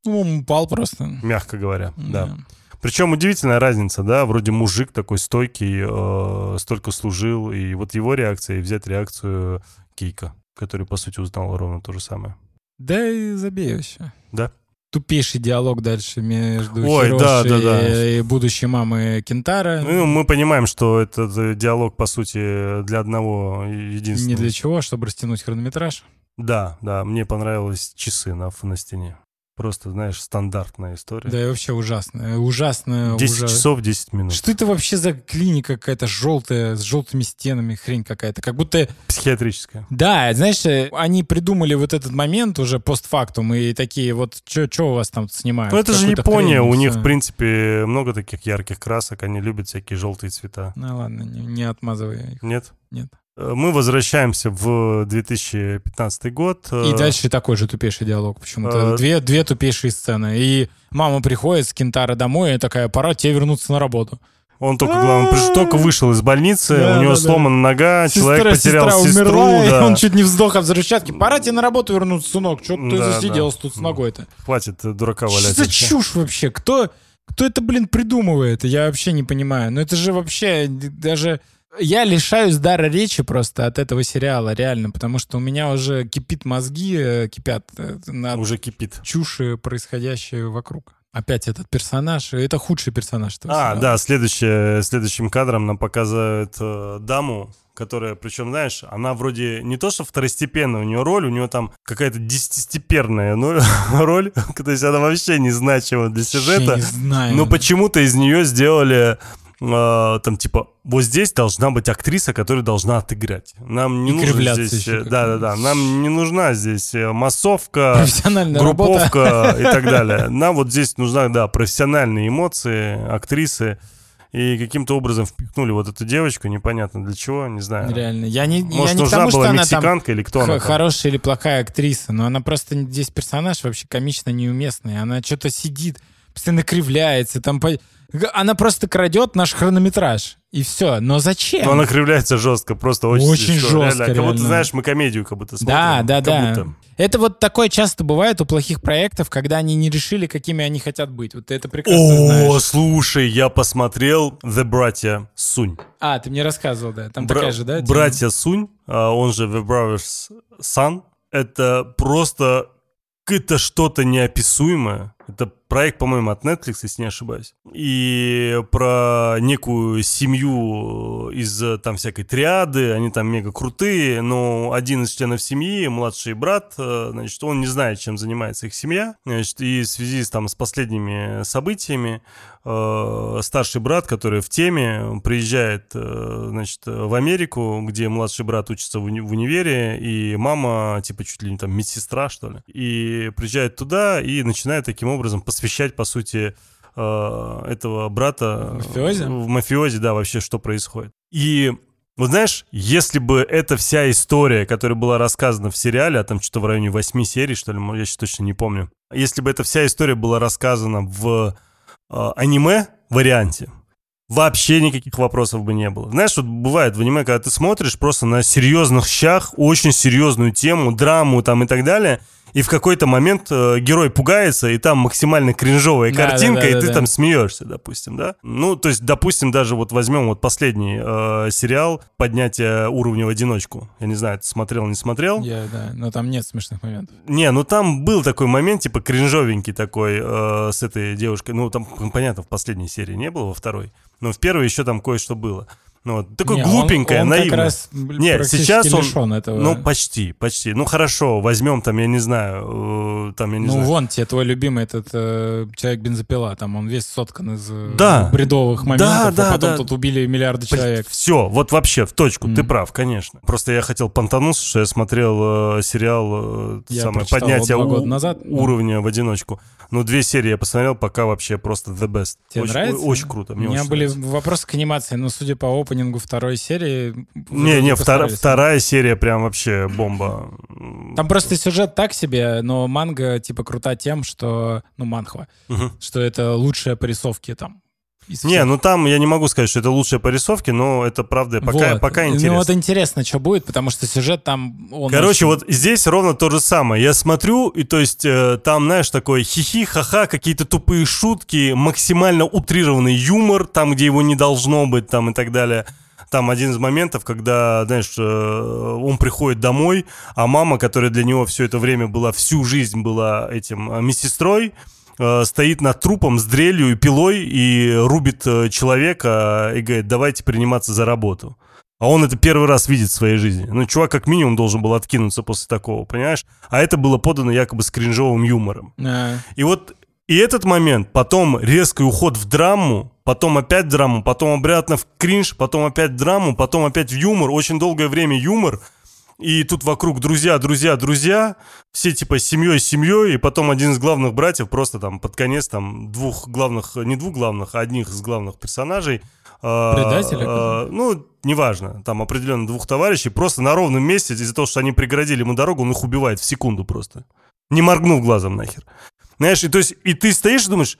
S2: Ну, он упал просто.
S1: мягко говоря, да.
S2: Да.
S1: Причем удивительная разница, да, вроде мужик такой стойкий, э, столько служил, и вот его реакция, и взять реакцию Кейка, который, по сути, узнал ровно то же самое.
S2: Да и забей вообще.
S1: Да.
S2: Тупейший диалог дальше между
S1: Ой,
S2: Хироши
S1: да, да, да.
S2: и будущей мамы Кентара.
S1: Ну, мы понимаем, что этот э, диалог, по сути, для одного единственного.
S2: Не для чего, чтобы растянуть хронометраж.
S1: Да, да, мне понравились часы на, ф- на стене. Просто, знаешь, стандартная история.
S2: Да э, и вообще ужасно. Ужасно.
S1: 10
S2: ужа-
S1: часов, 10 минут.
S2: Что это вообще за клиника какая-то желтая, с желтыми стенами, хрень какая-то? Как будто
S1: Психиатрическая.
S2: Да, знаешь, э, они придумали вот этот момент уже постфактум и такие вот, что у вас там снимают?
S1: Ну, это же
S2: Какую-то
S1: Япония,
S2: хрень,
S1: у
S2: всё.
S1: них, в принципе, много таких ярких красок, они любят всякие желтые цвета.
S2: Ну ладно, не, не отмазывай их.
S1: Нет?
S2: Нет.
S1: Э, Мы возвращаемся в 2015 год.
S2: И дальше такой же тупейший диалог почему-то.
S1: э,
S2: Две, две тупейшие сцены. И мама приходит с Кентара домой и такая, пора тебе вернуться на работу.
S1: Он только, главное, приш- только вышел из больницы,
S2: А! Да,
S1: у него
S2: да, да.
S1: сломана нога,
S2: Сестра-
S1: А человек потерял
S2: сестра
S1: сестру.
S2: умерла, и
S1: да.
S2: он чуть не вздох от взрывчатки. Пора тебе на работу вернуться, сынок. Что ты
S1: Да,
S2: засиделся
S1: да.
S2: тут с ногой-то?
S1: Хватит э, дурака
S2: Что
S1: валять.
S2: за чушь вообще? Кто, кто это, блин, придумывает? Я вообще не понимаю. Ну это же вообще даже... Я лишаюсь дара речи просто от этого сериала, реально, потому что у меня уже кипит мозги, э, кипят э, на
S1: а? Уже кипит.
S2: чуши, происходящие вокруг. Опять этот персонаж, и это худший персонаж. этого
S1: А,
S2: сериала.
S1: да, следующее, следующим кадром нам показывают э, даму, которая, причем, знаешь, она вроде не то, что второстепенная у нее роль, у нее там какая-то десятистеперная ну, *laughs* роль, то есть она вообще незначима для
S2: Вообще
S1: сюжета,
S2: не знаю. ну,
S1: но почему-то из нее сделали э, там типа вот здесь должна быть актриса, которая должна отыграть. Нам не
S2: И
S1: нужна
S2: кривляться
S1: здесь,
S2: ещё
S1: э,
S2: как-нибудь.
S1: да-да-да, нам не нужна здесь э, массовка,
S2: *laughs* Профессиональная работа.
S1: групповка и так далее. Нам вот здесь нужна, да, профессиональные эмоции, актрисы. И каким-то образом впихнули вот эту девочку, непонятно для чего, не знаю.
S2: Реально. Я не, я
S1: Может,
S2: не к
S1: нужна
S2: тому, что
S1: была
S2: она там
S1: мексиканка или кто
S2: х-
S1: она там?
S2: хорошая или плохая актриса, но она просто не- здесь персонаж вообще комично неуместный. Она что-то сидит, постоянно кривляется. Там по- г- Она просто крадет наш хронометраж. И все. Но зачем?
S1: Но она кривляется жестко, просто очень,
S2: Очень
S1: смешно,
S2: жестко,
S1: реально. Как будто,
S2: реально.
S1: знаешь, мы комедию как будто смотрим.
S2: Да, да,
S1: как
S2: да.
S1: будто.
S2: Это вот такое часто бывает у плохих проектов, когда они не решили, какими они хотят быть. Вот ты это прекрасно
S1: О,
S2: знаешь.
S1: слушай, я посмотрел The Братья Сунь.
S2: А, ты мне рассказывал, да. Там
S1: Бра-
S2: такая же, да? тема?
S1: Братья Сунь, а, он же The Brothers Sun, это просто это что-то неописуемое. Это проект, по-моему, от Netflix, если не ошибаюсь. И про некую семью из э, там всякой триады, они там мега крутые, но один из членов семьи, младший брат, э, значит, он не знает, чем занимается их семья, значит, и в связи с, там, с последними событиями э, старший брат, который в теме, приезжает, э, значит, в Америку, где младший брат учится в, уни- в универе, и мама, типа, чуть ли не там медсестра, что ли, и приезжает туда и начинает таким образом посвящать, по сути, э, этого брата
S2: В мафиози?
S1: в мафиозе, да, вообще, что происходит. И вот знаешь, если бы эта вся история, которая была рассказана в сериале, а там что-то в районе 8 серий, что ли, м, я сейчас точно не помню, если бы эта вся история была рассказана в э, аниме-варианте, вообще никаких вопросов бы не было. Знаешь, вот бывает в аниме, когда ты смотришь просто на серьезных щах, очень серьезную тему, драму там и так далее, и в какой-то момент э, герой пугается, и там максимально кринжовая
S2: Да, да,
S1: картинка,
S2: да,
S1: и
S2: да,
S1: ты
S2: да.
S1: там смеешься, допустим, да? Ну, то есть, допустим, даже вот возьмем вот последний э, сериал «Поднятие уровня в одиночку». Я не знаю, ты смотрел, не смотрел?
S2: Я, да. Но там нет смешных моментов.
S1: Не, ну там был такой момент, типа кринжовенький такой э, с этой девушкой. Ну, там, м, понятно, в последней серии не было, во второй. Но в первой еще там кое-что было. Ну, вот, такой
S2: Не, он-
S1: глупенькое,
S2: он как
S1: наивное.
S2: раз, э, бл-
S1: Не,
S2: практически
S1: сейчас он-
S2: лишён этого.
S1: Ну, почти, почти. Ну, хорошо, возьмем там, я не знаю, э, там, я не
S2: Ну,
S1: знаю.
S2: вон тебе твой любимый этот э, человек-бензопила, там он весь соткан из э,
S1: Да.
S2: бредовых моментов,
S1: да,
S2: а потом
S1: да.
S2: тут убили миллиарды человек.
S1: Все, вот вообще, в точку, ты
S2: Мгм.
S1: прав, конечно. Просто я хотел понтануться, что я смотрел э, сериал э,
S2: Я
S1: самое,
S2: прочитал
S1: «Поднятие
S2: два
S1: у-
S2: года назад».
S1: уровня в одиночку». Ну, две серии я посмотрел, пока вообще просто the best.
S2: Тебе
S1: очень,
S2: нравится?
S1: о- очень круто,
S2: У
S1: мне
S2: меня
S1: очень
S2: были
S1: нравится.
S2: вопросы к анимации, но судя по опенингу второй серии...
S1: Не, не, втор-
S2: постарались.
S1: вторая серия прям вообще бомба.
S2: Там просто сюжет так себе, но манга типа крута тем, что... Ну, манхва.
S1: Мгм.
S2: Что это лучшая по рисовке там. из
S1: Не,
S2: всех.
S1: ну там я не могу сказать, что это лучшая по рисовке, но это правда пока,
S2: Вот.
S1: пока
S2: Ну вот
S1: интересно.
S2: интересно, что будет, потому что сюжет там... Он
S1: Короче,
S2: очень-
S1: вот здесь ровно то же самое. Я смотрю, и то есть э, там, знаешь, такой хихи, ха-ха, какие-то тупые шутки, максимально утрированный юмор, там, где его не должно быть, там и так далее. Там один из моментов, когда, знаешь, э, он приходит домой, а мама, которая для него все это время была, всю жизнь была этим э, медсестрой, э, стоит над трупом с дрелью и пилой и рубит э, человека и говорит, давайте приниматься за работу. А он это первый раз видит в своей жизни. Ну, чувак как минимум должен был откинуться после такого, понимаешь? А это было подано якобы с кринжовым юмором.
S2: А,
S1: И вот и этот момент, потом резкий уход в драму, потом опять в драму, потом обратно в кринж, потом опять в драму, потом опять в юмор. Очень долгое время юмор. И тут вокруг друзья, друзья, друзья. Все типа семьей, семьей. И потом один из главных братьев просто там под конец там двух главных, не двух главных, а одних из главных персонажей. э,
S2: Предателя?
S1: э, ну, неважно. Там определенно двух товарищей. Просто на ровном месте из-за того, что они преградили ему дорогу, он их убивает в секунду просто. Не моргнув глазом нахер. Знаешь, и то есть, и ты стоишь и думаешь,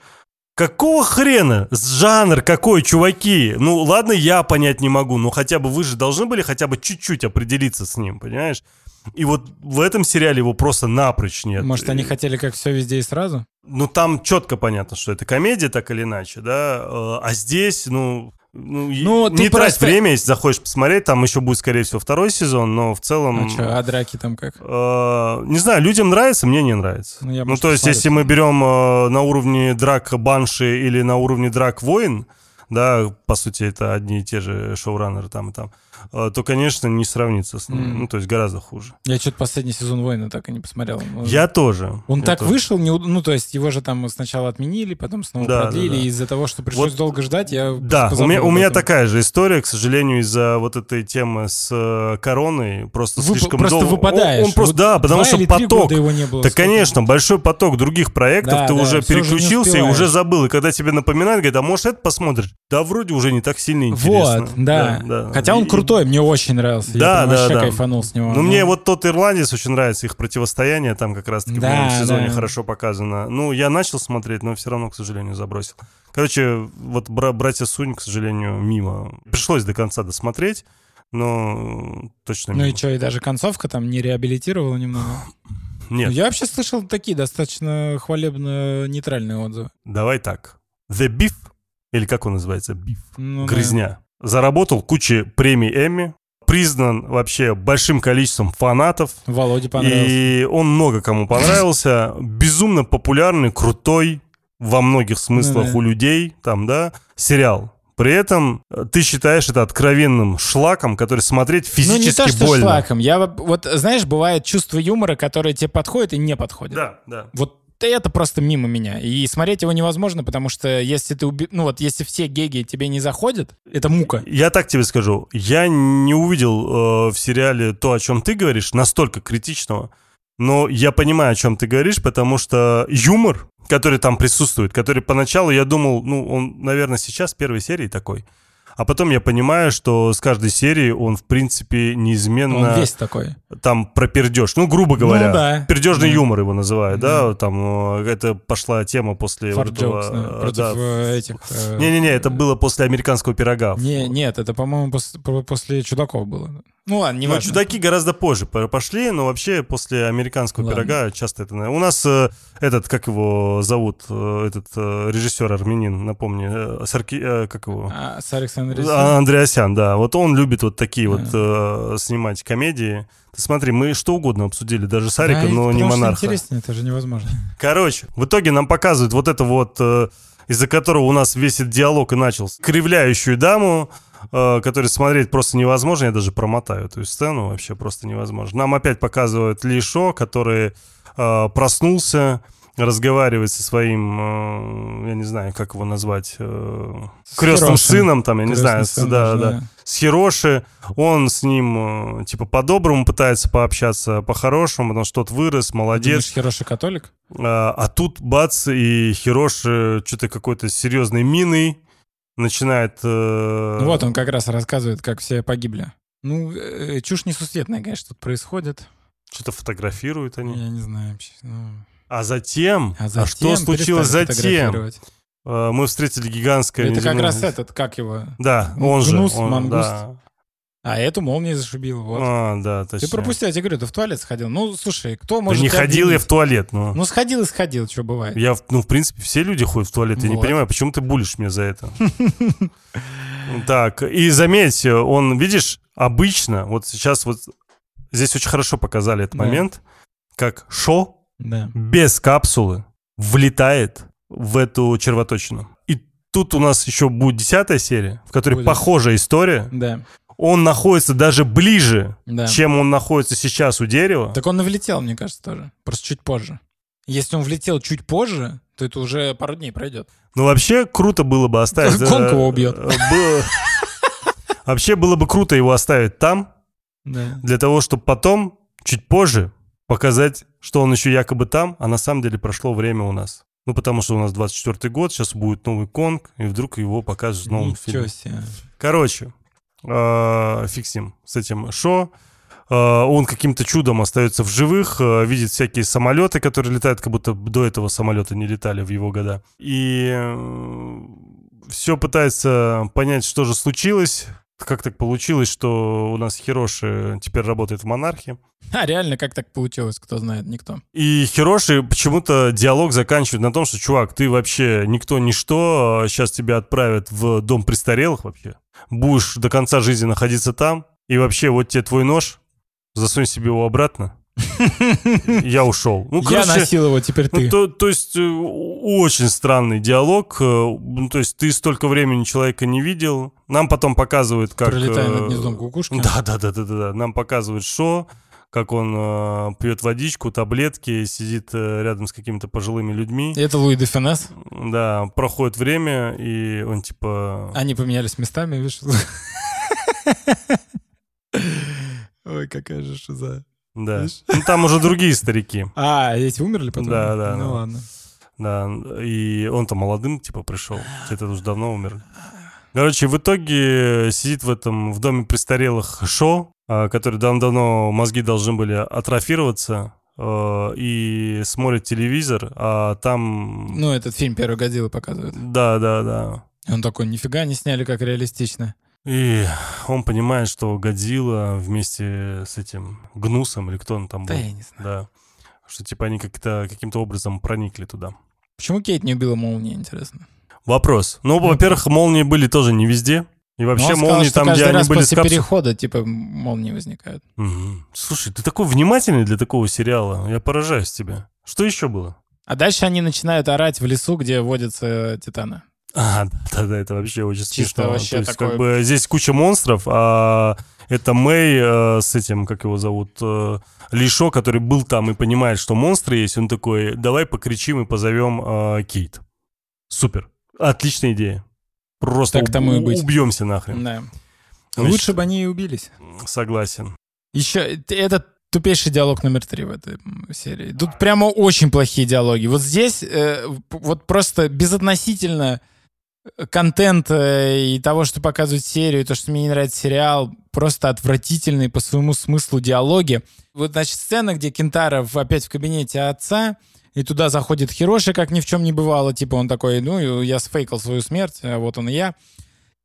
S1: Какого хрена? Жанр какой, чуваки? Ну, ладно, я понять не могу, но хотя бы вы же должны были хотя бы чуть-чуть определиться с ним, понимаешь? И вот в этом сериале его просто напрочь нет. э,
S2: Может, они хотели как все везде и сразу?
S1: Ну, там четко понятно, что это комедия, так или иначе, да? Э, А здесь, ну... Ну, и-
S2: Ну, ты
S1: не трать
S2: просто-
S1: время, если захочешь посмотреть, там еще будет, скорее всего, второй сезон, но в целом...
S2: А что, а драки там как?
S1: Э, Не знаю, людям нравится, мне не нравится.
S2: Ну,
S1: Ну,
S2: я, может,
S1: то есть,
S2: посмотрю.
S1: если мы берем э, на уровне драк Банши или на уровне драк Воин, да, по сути, это одни и те же шоураннеры там и там, э, то, конечно, не сравнится с ними.
S2: Мгм.
S1: Ну, то есть, гораздо хуже.
S2: Я что-то последний сезон «Войны» так и не посмотрел. Ну,
S1: Я тоже.
S2: Он
S1: Я
S2: так
S1: тоже.
S2: вышел, не, уд- ну, то есть его же там сначала отменили, потом снова
S1: Да, да,
S2: продлили,
S1: да.
S2: и из-за того, что пришлось
S1: Вот-
S2: долго ждать, я
S1: Да,
S2: позабыл
S1: у меня, у
S2: об
S1: меня
S2: этом.
S1: такая же история, к сожалению, из-за вот этой темы с э, короной просто
S2: Вып-
S1: слишком
S2: просто
S1: долго. Он-
S2: выпадаешь.
S1: Он, просто,
S2: Вот
S1: да, потому
S2: два
S1: что
S2: или три
S1: поток.
S2: года его не было.
S1: Да,
S2: Сколько?
S1: конечно, большой поток других проектов,
S2: Да,
S1: ты
S2: да,
S1: уже
S2: всё уже не
S1: переключился и
S2: успеваешь.
S1: уже забыл. И когда тебе напоминают, говорят, а может это посмотришь? Да вроде уже не так сильно интересно.
S2: Вот, да. Хотя
S1: И-
S2: он крутой, мне очень нравился. Я
S1: Да,
S2: прям
S1: да,
S2: вообще
S1: да.
S2: кайфанул с него.
S1: Ну, мне вот тот ирландец очень нравится, их противостояние там как раз-таки
S2: Да,
S1: в новом сезоне
S2: да.
S1: хорошо показано. Ну, я начал смотреть, но все равно, к сожалению, забросил. Короче, вот бра- «Братья Сунь», к сожалению, мимо. Пришлось до конца досмотреть, но точно
S2: Ну
S1: мимо.
S2: и что, и даже концовка там не реабилитировала немного.
S1: Нет,
S2: Я вообще слышал такие достаточно хвалебно-нейтральные отзывы.
S1: давай так. «The Beef», или как он называется? «Beef».
S2: Ну, да.
S1: Грызня. Заработал кучу премий Эмми, признан вообще большим количеством фанатов.
S2: Володе понравился.
S1: И он много кому понравился. Безумно популярный, крутой во многих смыслах
S2: Ну да.
S1: у людей, там, да, сериал. При этом э, ты считаешь это откровенным шлаком, который смотреть
S2: Ну, не
S1: физически
S2: то, что
S1: больно.
S2: шлаком. Я во- вот, знаешь, бывает чувство юмора, которое тебе подходит и не подходит.
S1: Да, да.
S2: Вот это просто мимо меня. И смотреть его невозможно, потому что если ты уби- ну вот если все геги тебе не заходят, это мука.
S1: Я так тебе скажу, я не увидел э, в сериале то, о чем ты говоришь, настолько критичного, но я понимаю, о чем ты говоришь, потому что юмор, который там присутствует, который поначалу я думал, ну, он, наверное, сейчас первой серии такой, а потом я понимаю, что с каждой серии он, в принципе, неизменно
S2: Он весь такой.
S1: там про пердеж, ну, грубо говоря.
S2: Ну да.
S1: Пердежный
S2: Да.
S1: юмор его называют, да,
S2: Да.
S1: там э, это пошла тема после
S2: Фарт
S1: вот этого,
S2: jokes, да,
S1: э,
S2: против
S1: да.
S2: э, этих. э,
S1: Не-не-не, это было после американского пирога.
S2: Не, нет, это, по-моему, пос- по- после чудаков было. Ну ладно, не
S1: Ну,
S2: важно.
S1: чудаки гораздо позже по- пошли, но вообще после американского
S2: Ладно.
S1: пирога часто это... на- У нас э, этот, как его зовут, э, этот э, режиссер армянин, напомни, э, Сарки... э, как его?
S2: А, с Александром
S1: А, Андреасян, да. Вот он любит вот такие вот э, снимать комедии. Ты смотри, мы что угодно обсудили, даже Сарика, но не Монарха.
S2: интереснее, это же невозможно.
S1: Короче, в итоге нам показывают вот это вот, э, из-за которого у нас весь этот диалог и начался. Кривляющую даму, э, которую смотреть просто невозможно. Я даже промотаю эту сцену, вообще просто невозможно. Нам опять показывают Лишо, который э, проснулся, разговаривает со своим, э, я не знаю, как его назвать, э,
S2: С
S1: крестным
S2: Хироши.
S1: сыном, там, я не знаю,
S2: Крестный сын,
S1: да,
S2: даже,
S1: да, с Хироши. Он с ним, э, типа, по-доброму пытается пообщаться, по-хорошему, потому что тот вырос, молодец.
S2: Думаешь, Хироши католик?
S1: А, а тут бац, и Хироши что-то какой-то серьезной миной начинает... э,
S2: Ну вот он как раз рассказывает, как все погибли. Ну, э, чушь несусветная, конечно, тут происходит.
S1: Что-то фотографируют они.
S2: Я не знаю вообще. ну.
S1: А затем... А,
S2: А, затем
S1: что случилось
S2: перестали
S1: затем?
S2: фотографировать.
S1: Э, Мы встретили гигантское...
S2: Это как
S1: неземное-
S2: раз этот, как его?
S1: Да,
S2: Ну,
S1: он же.
S2: гнус,
S1: он,
S2: мангуст.
S1: да.
S2: А эту молнией зашибил. Вот.
S1: А, да, точно.
S2: Ты пропустил, я тебе говорю, ты в туалет сходил. Ну, слушай, кто
S1: Да
S2: может...
S1: не
S2: тебя
S1: ходил я в
S2: обвинить?
S1: туалет, но...
S2: Ну, сходил и сходил, что бывает.
S1: Я, в- ну, в принципе, все люди ходят в туалет. Я не
S2: Вот.
S1: понимаю, почему ты булишь меня за это. *laughs* Так, и заметь, он, видишь, обычно, вот сейчас вот здесь очень хорошо показали этот
S2: Да.
S1: момент, как Шо
S2: Да.
S1: без капсулы влетает в эту червоточину. И тут у нас еще будет десятая серия, в которой
S2: Будет.
S1: похожая история.
S2: Да,
S1: Он находится даже ближе,
S2: да.
S1: чем он находится сейчас у дерева.
S2: Так он и влетел, мне кажется, тоже. Просто чуть позже. Если он влетел чуть позже, то это уже пару дней пройдет.
S1: Ну, вообще, круто было бы оставить... э,
S2: Гонка его убьет.
S1: э, было- *laughs* Вообще, было бы круто его оставить там,
S2: Да.
S1: для того, чтобы потом, чуть позже, показать, что он еще якобы там, а на самом деле прошло время у нас. Ну, потому что у нас 24-й год, сейчас будет новый Конг, и вдруг его покажут в новом
S2: Ничего
S1: фильме.
S2: себе.
S1: а, Короче, э, фиксим с этим шо. он каким-то чудом остается в живых, а, видит всякие самолеты, которые летают, как будто до этого самолеты не летали в его года. И все пытается понять, что же случилось, как так получилось, что у нас Хироши теперь работает в монархе.
S2: *laughs* А реально, как так получилось, кто знает, никто.
S1: И Хироши почему-то диалог заканчивает на том, что, чувак, ты вообще никто, ничто, сейчас тебя отправят в дом престарелых вообще. Будешь до конца жизни находиться там, и вообще вот тебе твой нож, засунь себе его
S2: *laughs*
S1: обратно. Я ушел.
S2: Ну, короче, я носил его, теперь ты.
S1: Ну, то, то есть очень странный диалог. Ну, то есть ты столько времени человека не видел. Нам потом показывают, как... э,
S2: Пролетая над гнездом кукушки.
S1: Да, да, да, да, да, да. Нам показывают, что как он э, пьет водичку, таблетки, сидит э, рядом с какими-то пожилыми людьми.
S2: Это Луи де Финес?
S1: Ну. Да, проходит время, и он типа...
S2: Они поменялись местами, видишь? *laughs* Ой, какая же шиза.
S1: Да. Видишь? Ну, там уже другие старики.
S2: А, эти умерли потом?
S1: Да, да.
S2: Ну, ладно.
S1: Да, и он-то молодым, типа, пришел. Это уже давно умер. Короче, в итоге сидит в этом, в доме престарелых Шо, э, который давно-давно мозги должны были атрофироваться, э, и смотрит телевизор, а там...
S2: Ну, этот фильм «Первый Годзилла» показывает.
S1: Да, да, да.
S2: И он такой, нифига не сняли, как реалистично.
S1: И он понимает, что Годзилла вместе с этим Гнусом, или кто он там был.
S2: Да, я не знаю.
S1: Да. Что типа они как-то каким-то образом проникли туда.
S2: Почему Кейт не убила молнии, интересно?
S1: Вопрос. Ну, ну во-первых, молнии были тоже не везде. И вообще
S2: он
S1: молнии
S2: сказал, что
S1: там, где
S2: каждый раз
S1: они были с
S2: после
S1: капсу-
S2: перехода, типа, молнии возникают.
S1: Мгм. Слушай, ты такой внимательный для такого сериала. Я поражаюсь тебе. Что еще было?
S2: А дальше они начинают орать в лесу, где водятся титаны.
S1: А, да, да, это вообще очень
S2: Чисто
S1: смешно.
S2: вообще
S1: То есть,
S2: такое-
S1: как бы здесь куча монстров, а это Мэй э, с этим, как его зовут, э, Лишо, который был там и понимает, что монстры есть, он такой, давай покричим и позовем э, Кейт. Супер. Отличная идея. Просто
S2: Так тому и быть.
S1: убьемся нахрен.
S2: Да.
S1: Значит,
S2: Лучше бы они и убились.
S1: Согласен.
S2: Еще э, это тупейший диалог номер три в этой м, серии. Тут прямо очень плохие диалоги. Вот здесь э, п- вот просто безотносительно э, контента и того, что показывают серию, и то, что мне не нравится сериал, просто отвратительные по своему смыслу диалоги. Вот, значит, сцена, где Кентаров опять в кабинете отца, и туда заходит Хироши, как ни в чем не бывало. Типа он такой, ну, я сфейкал свою смерть, а вот он и я.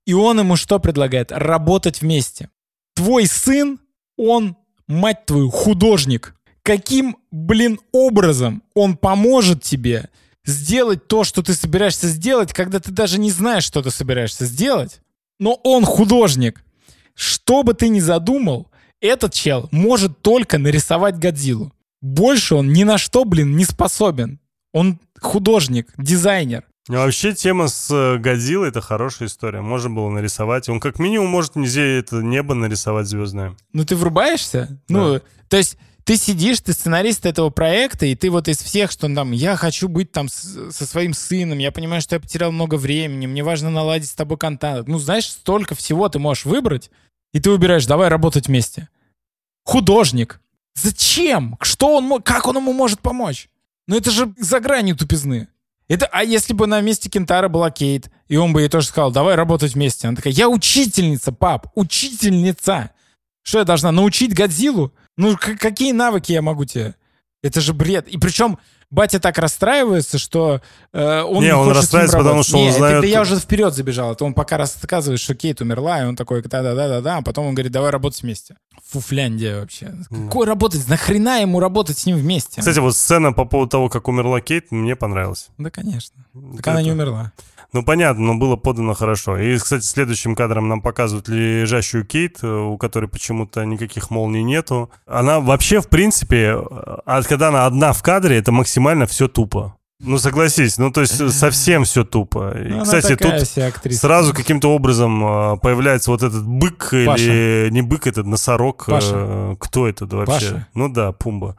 S2: И он ему что предлагает? Работать вместе. Твой сын, он, мать твою, художник. Каким, блин, образом он поможет тебе сделать то, что ты собираешься сделать, когда ты даже не знаешь, что ты собираешься сделать? Но он художник. Что бы ты ни задумал, этот чел может только нарисовать Годзиллу. Больше он ни на что, блин, не способен. Он художник, дизайнер.
S1: Ну, Вообще тема с э, Годзиллой это хорошая история. Можно было нарисовать. Он как минимум может нельзя это небо нарисовать звездное.
S2: Ну ты врубаешься? Ну, то есть ты сидишь, ты сценарист этого проекта, и ты вот из всех, что там, я хочу быть там с- со своим сыном, я понимаю, что я потерял много времени, мне важно наладить с тобой контакт. Ну, знаешь, столько всего ты можешь выбрать, и ты выбираешь, давай работать вместе. Художник. Зачем? Что он, мо- как он ему может помочь? Ну это же за гранью тупизны. Это, а если бы на месте Кентара была Кейт, и он бы ей тоже сказал, давай работать вместе. Она такая, я учительница, пап, учительница. Что я должна научить Годзиллу? Ну, к- какие навыки я могу тебе? Это же бред. И причем батя так расстраивается, что э, он
S1: Не,
S2: не
S1: он
S2: хочет с ним
S1: расстраивается, потому
S2: работать.
S1: что он
S2: Не, это-
S1: знает-
S2: это я уже вперед забежал. Это он пока рассказывает, что Кейт умерла, и он такой, да-да-да-да-да, а потом он говорит, давай работать вместе. Фуфляндия вообще. Какой работать? Нахрена ему работать с ним вместе?
S1: Кстати, вот сцена по поводу того, как умерла Кейт, мне понравилась.
S2: Да, конечно. Так
S1: это-
S2: она не умерла.
S1: Ну, понятно, но было подано хорошо. И, кстати, следующим кадром нам показывают лежащую Кейт, э, у которой почему-то никаких молний нету. Она вообще, в принципе, э, а когда она одна в кадре, это максимально все тупо. Ну, согласись, ну, то есть э, совсем все тупо. И,
S2: Ну, она
S1: кстати,
S2: такая
S1: тут
S2: вся актриса.
S1: сразу каким-то образом э, появляется вот этот бык или не бык, этот носорог. э,
S2: Паша.
S1: Кто это вообще?
S2: Паша.
S1: Ну да, Пумба.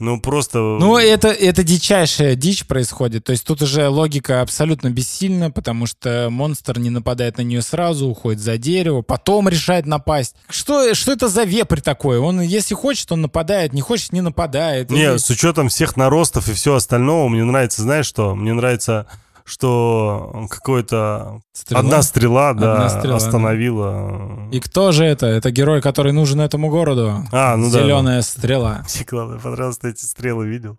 S1: Ну, просто...
S2: Ну, это, это дичайшая дичь происходит. То есть тут уже логика абсолютно бессильна, потому что монстр не нападает на нее сразу, уходит за дерево, потом решает напасть. Что, что это за вепрь такой? Он, если хочет, он нападает, не хочет, не нападает.
S1: Не,
S2: Или-
S1: с учетом всех наростов и всего остального, мне нравится, знаешь что? Мне нравится, что какое-то
S2: Стрела.
S1: одна стрела, да,
S2: Одна стрела,
S1: остановила.
S2: И кто же это? Это герой, который нужен этому городу.
S1: А, ну да, да. *laughs*
S2: Зеленая стрела.
S1: Мне главное понравилось, ты эти стрелы видел.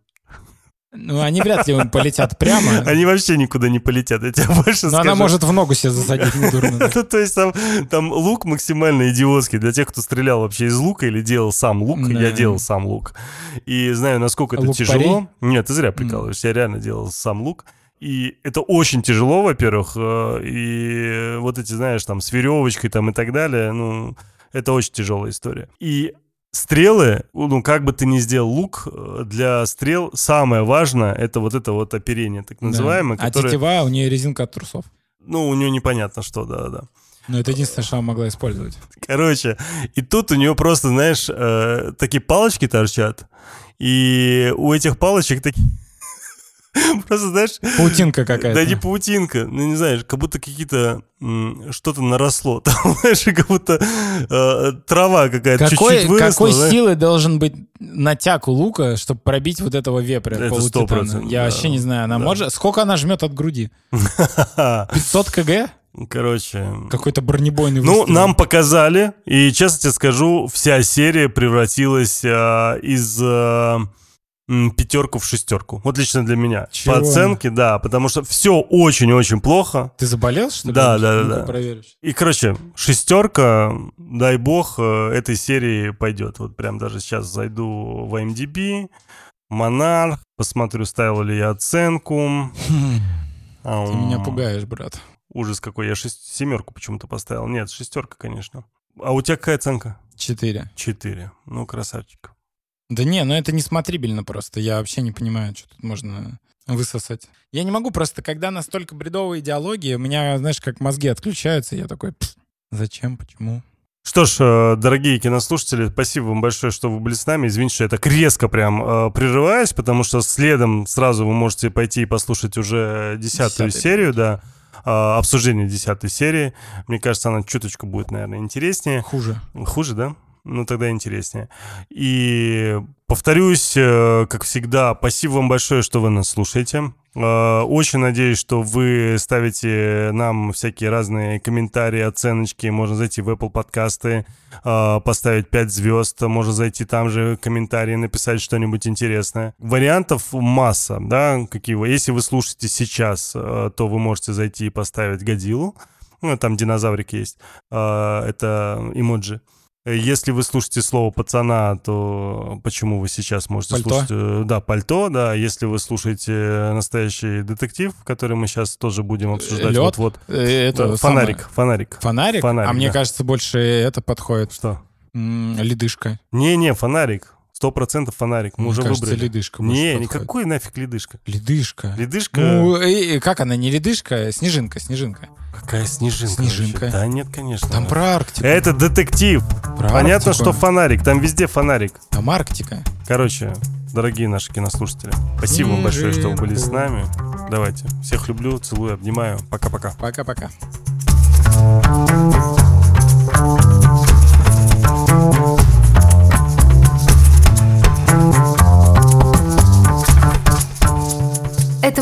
S2: Ну, они вряд ли полетят прямо.
S1: *laughs* Они вообще никуда не полетят, я тебе больше
S2: Но
S1: скажу.
S2: она может в ногу себе засадить недурно.
S1: *laughs*
S2: так.
S1: Ну, То есть там, там лук максимально идиотский для тех, кто стрелял вообще из лука или делал сам лук.
S2: Да.
S1: Я делал сам лук. И знаю, насколько это
S2: Лук
S1: тяжело. Нет, ты зря прикалываешься. Я реально делал сам лук. И это очень тяжело, во-первых. э, И вот эти, знаешь, там с веревочкой там и так далее. Ну, это очень тяжелая история. И стрелы, ну, как бы ты ни сделал лук, э, для стрел самое важное — это вот это вот оперение, так
S2: Да.
S1: называемое,
S2: А
S1: которое...
S2: тетива, у нее резинка от трусов.
S1: Ну, у нее непонятно что, да-да-да.
S2: Ну, это единственное, что она
S1: *laughs*
S2: могла использовать.
S1: Короче, и тут у нее просто, знаешь, э, такие палочки торчат. И у этих палочек такие... *laughs* Просто, знаешь,
S2: Паутинка
S1: да не
S2: какая-то.
S1: паутинка, ну не знаешь, как будто какие-то м, что-то наросло, *laughs* там, знаешь, и как будто э, трава какая-то
S2: Какой,
S1: чуть-чуть выросла.
S2: какой
S1: знаешь.
S2: силы должен быть натяг у лука, чтобы пробить вот этого вепря
S1: Это
S2: полутитана?
S1: 100%,
S2: Я
S1: да.
S2: вообще не знаю, она
S1: Да.
S2: может... Сколько она жмет от груди? 500 кг?
S1: *laughs* Короче,
S2: Какой-то бронебойный
S1: ну
S2: выстрел.
S1: нам показали, и честно тебе скажу, вся серия превратилась э, из э, м, пятерку в шестерку. Вот лично для меня.
S2: Чего?
S1: По оценке, да, потому что все очень-очень плохо.
S2: Ты заболел, что ли?
S1: Да, да, да,
S2: Ну-ка
S1: да.
S2: проверишь.
S1: И, короче, шестерка, дай бог, э, этой серии пойдет. Вот прям даже сейчас зайду в IMDb, Монарх, посмотрю, ставил ли я оценку. А,
S2: Ты меня пугаешь, брат.
S1: Ужас какой, я шесть- семерку почему-то поставил. Нет, шестерка, конечно. А у тебя какая оценка?
S2: Четыре.
S1: Четыре. Ну, красавчик.
S2: Да не, ну это не смотрибельно просто. Я вообще не понимаю, что тут можно высосать. Я не могу просто, когда настолько бредовые идеологии, у меня, знаешь, как мозги отключаются, я такой, «Пф, зачем, почему?
S1: Что ж, э, дорогие кинослушатели, спасибо вам большое, что вы были с нами. Извините, что я так резко прям э, прерываюсь, потому что следом сразу вы можете пойти и послушать уже десятую
S2: Десятый.
S1: серию, да, э, обсуждение десятой серии. Мне кажется, она чуточку будет, наверное, интереснее.
S2: Хуже.
S1: Хуже, да? Ну, тогда интереснее. И повторюсь, э, как всегда, спасибо вам большое, что вы нас слушаете. Э, Очень надеюсь, что вы ставите нам всякие разные комментарии, оценочки. Можно зайти в Apple подкасты, э, поставить 5 звезд. Можно зайти там же в комментарии, написать что-нибудь интересное. Вариантов масса, да, какие вы. Если вы слушаете сейчас, э, то вы можете зайти и поставить Годилу. Ну, там динозаврик есть. Э, Это эмоджи. Если вы слушаете слово пацана, то почему вы сейчас можете
S2: Пальто.
S1: слушать? э, Да, пальто, да. Если вы слушаете э, настоящий детектив, который мы сейчас тоже будем обсуждать.
S2: Лед?
S1: Вот-вот.
S2: Э, Это
S1: Э, фонарик,
S2: самое.
S1: фонарик.
S2: Фонарик?
S1: Фонарик,
S2: а мне
S1: да.
S2: кажется, больше это подходит.
S1: Что?
S2: М, ледышка.
S1: Не-не, фонарик. Сто процентов фонарик. Мы
S2: Мне
S1: уже
S2: кажется,
S1: выбрали.
S2: ледышка больше
S1: Не,
S2: подходит.
S1: никакой нафиг ледышка.
S2: Ледышка.
S1: Ледышка.
S2: Ну, э, э, как она, не ледышка, а снежинка, снежинка.
S1: Какая снежинка.
S2: Снежинка.
S1: вообще? Да нет, конечно.
S2: Там про Арктику.
S1: Это детектив.
S2: Про типа
S1: Понятно,
S2: Арктику.
S1: что фонарик. Там везде фонарик.
S2: Там Арктика.
S1: Короче, дорогие наши кинослушатели, спасибо вам большое, что вы были с нами. Давайте. Всех люблю, целую, обнимаю. Пока-пока.
S2: Пока-пока.
S3: Это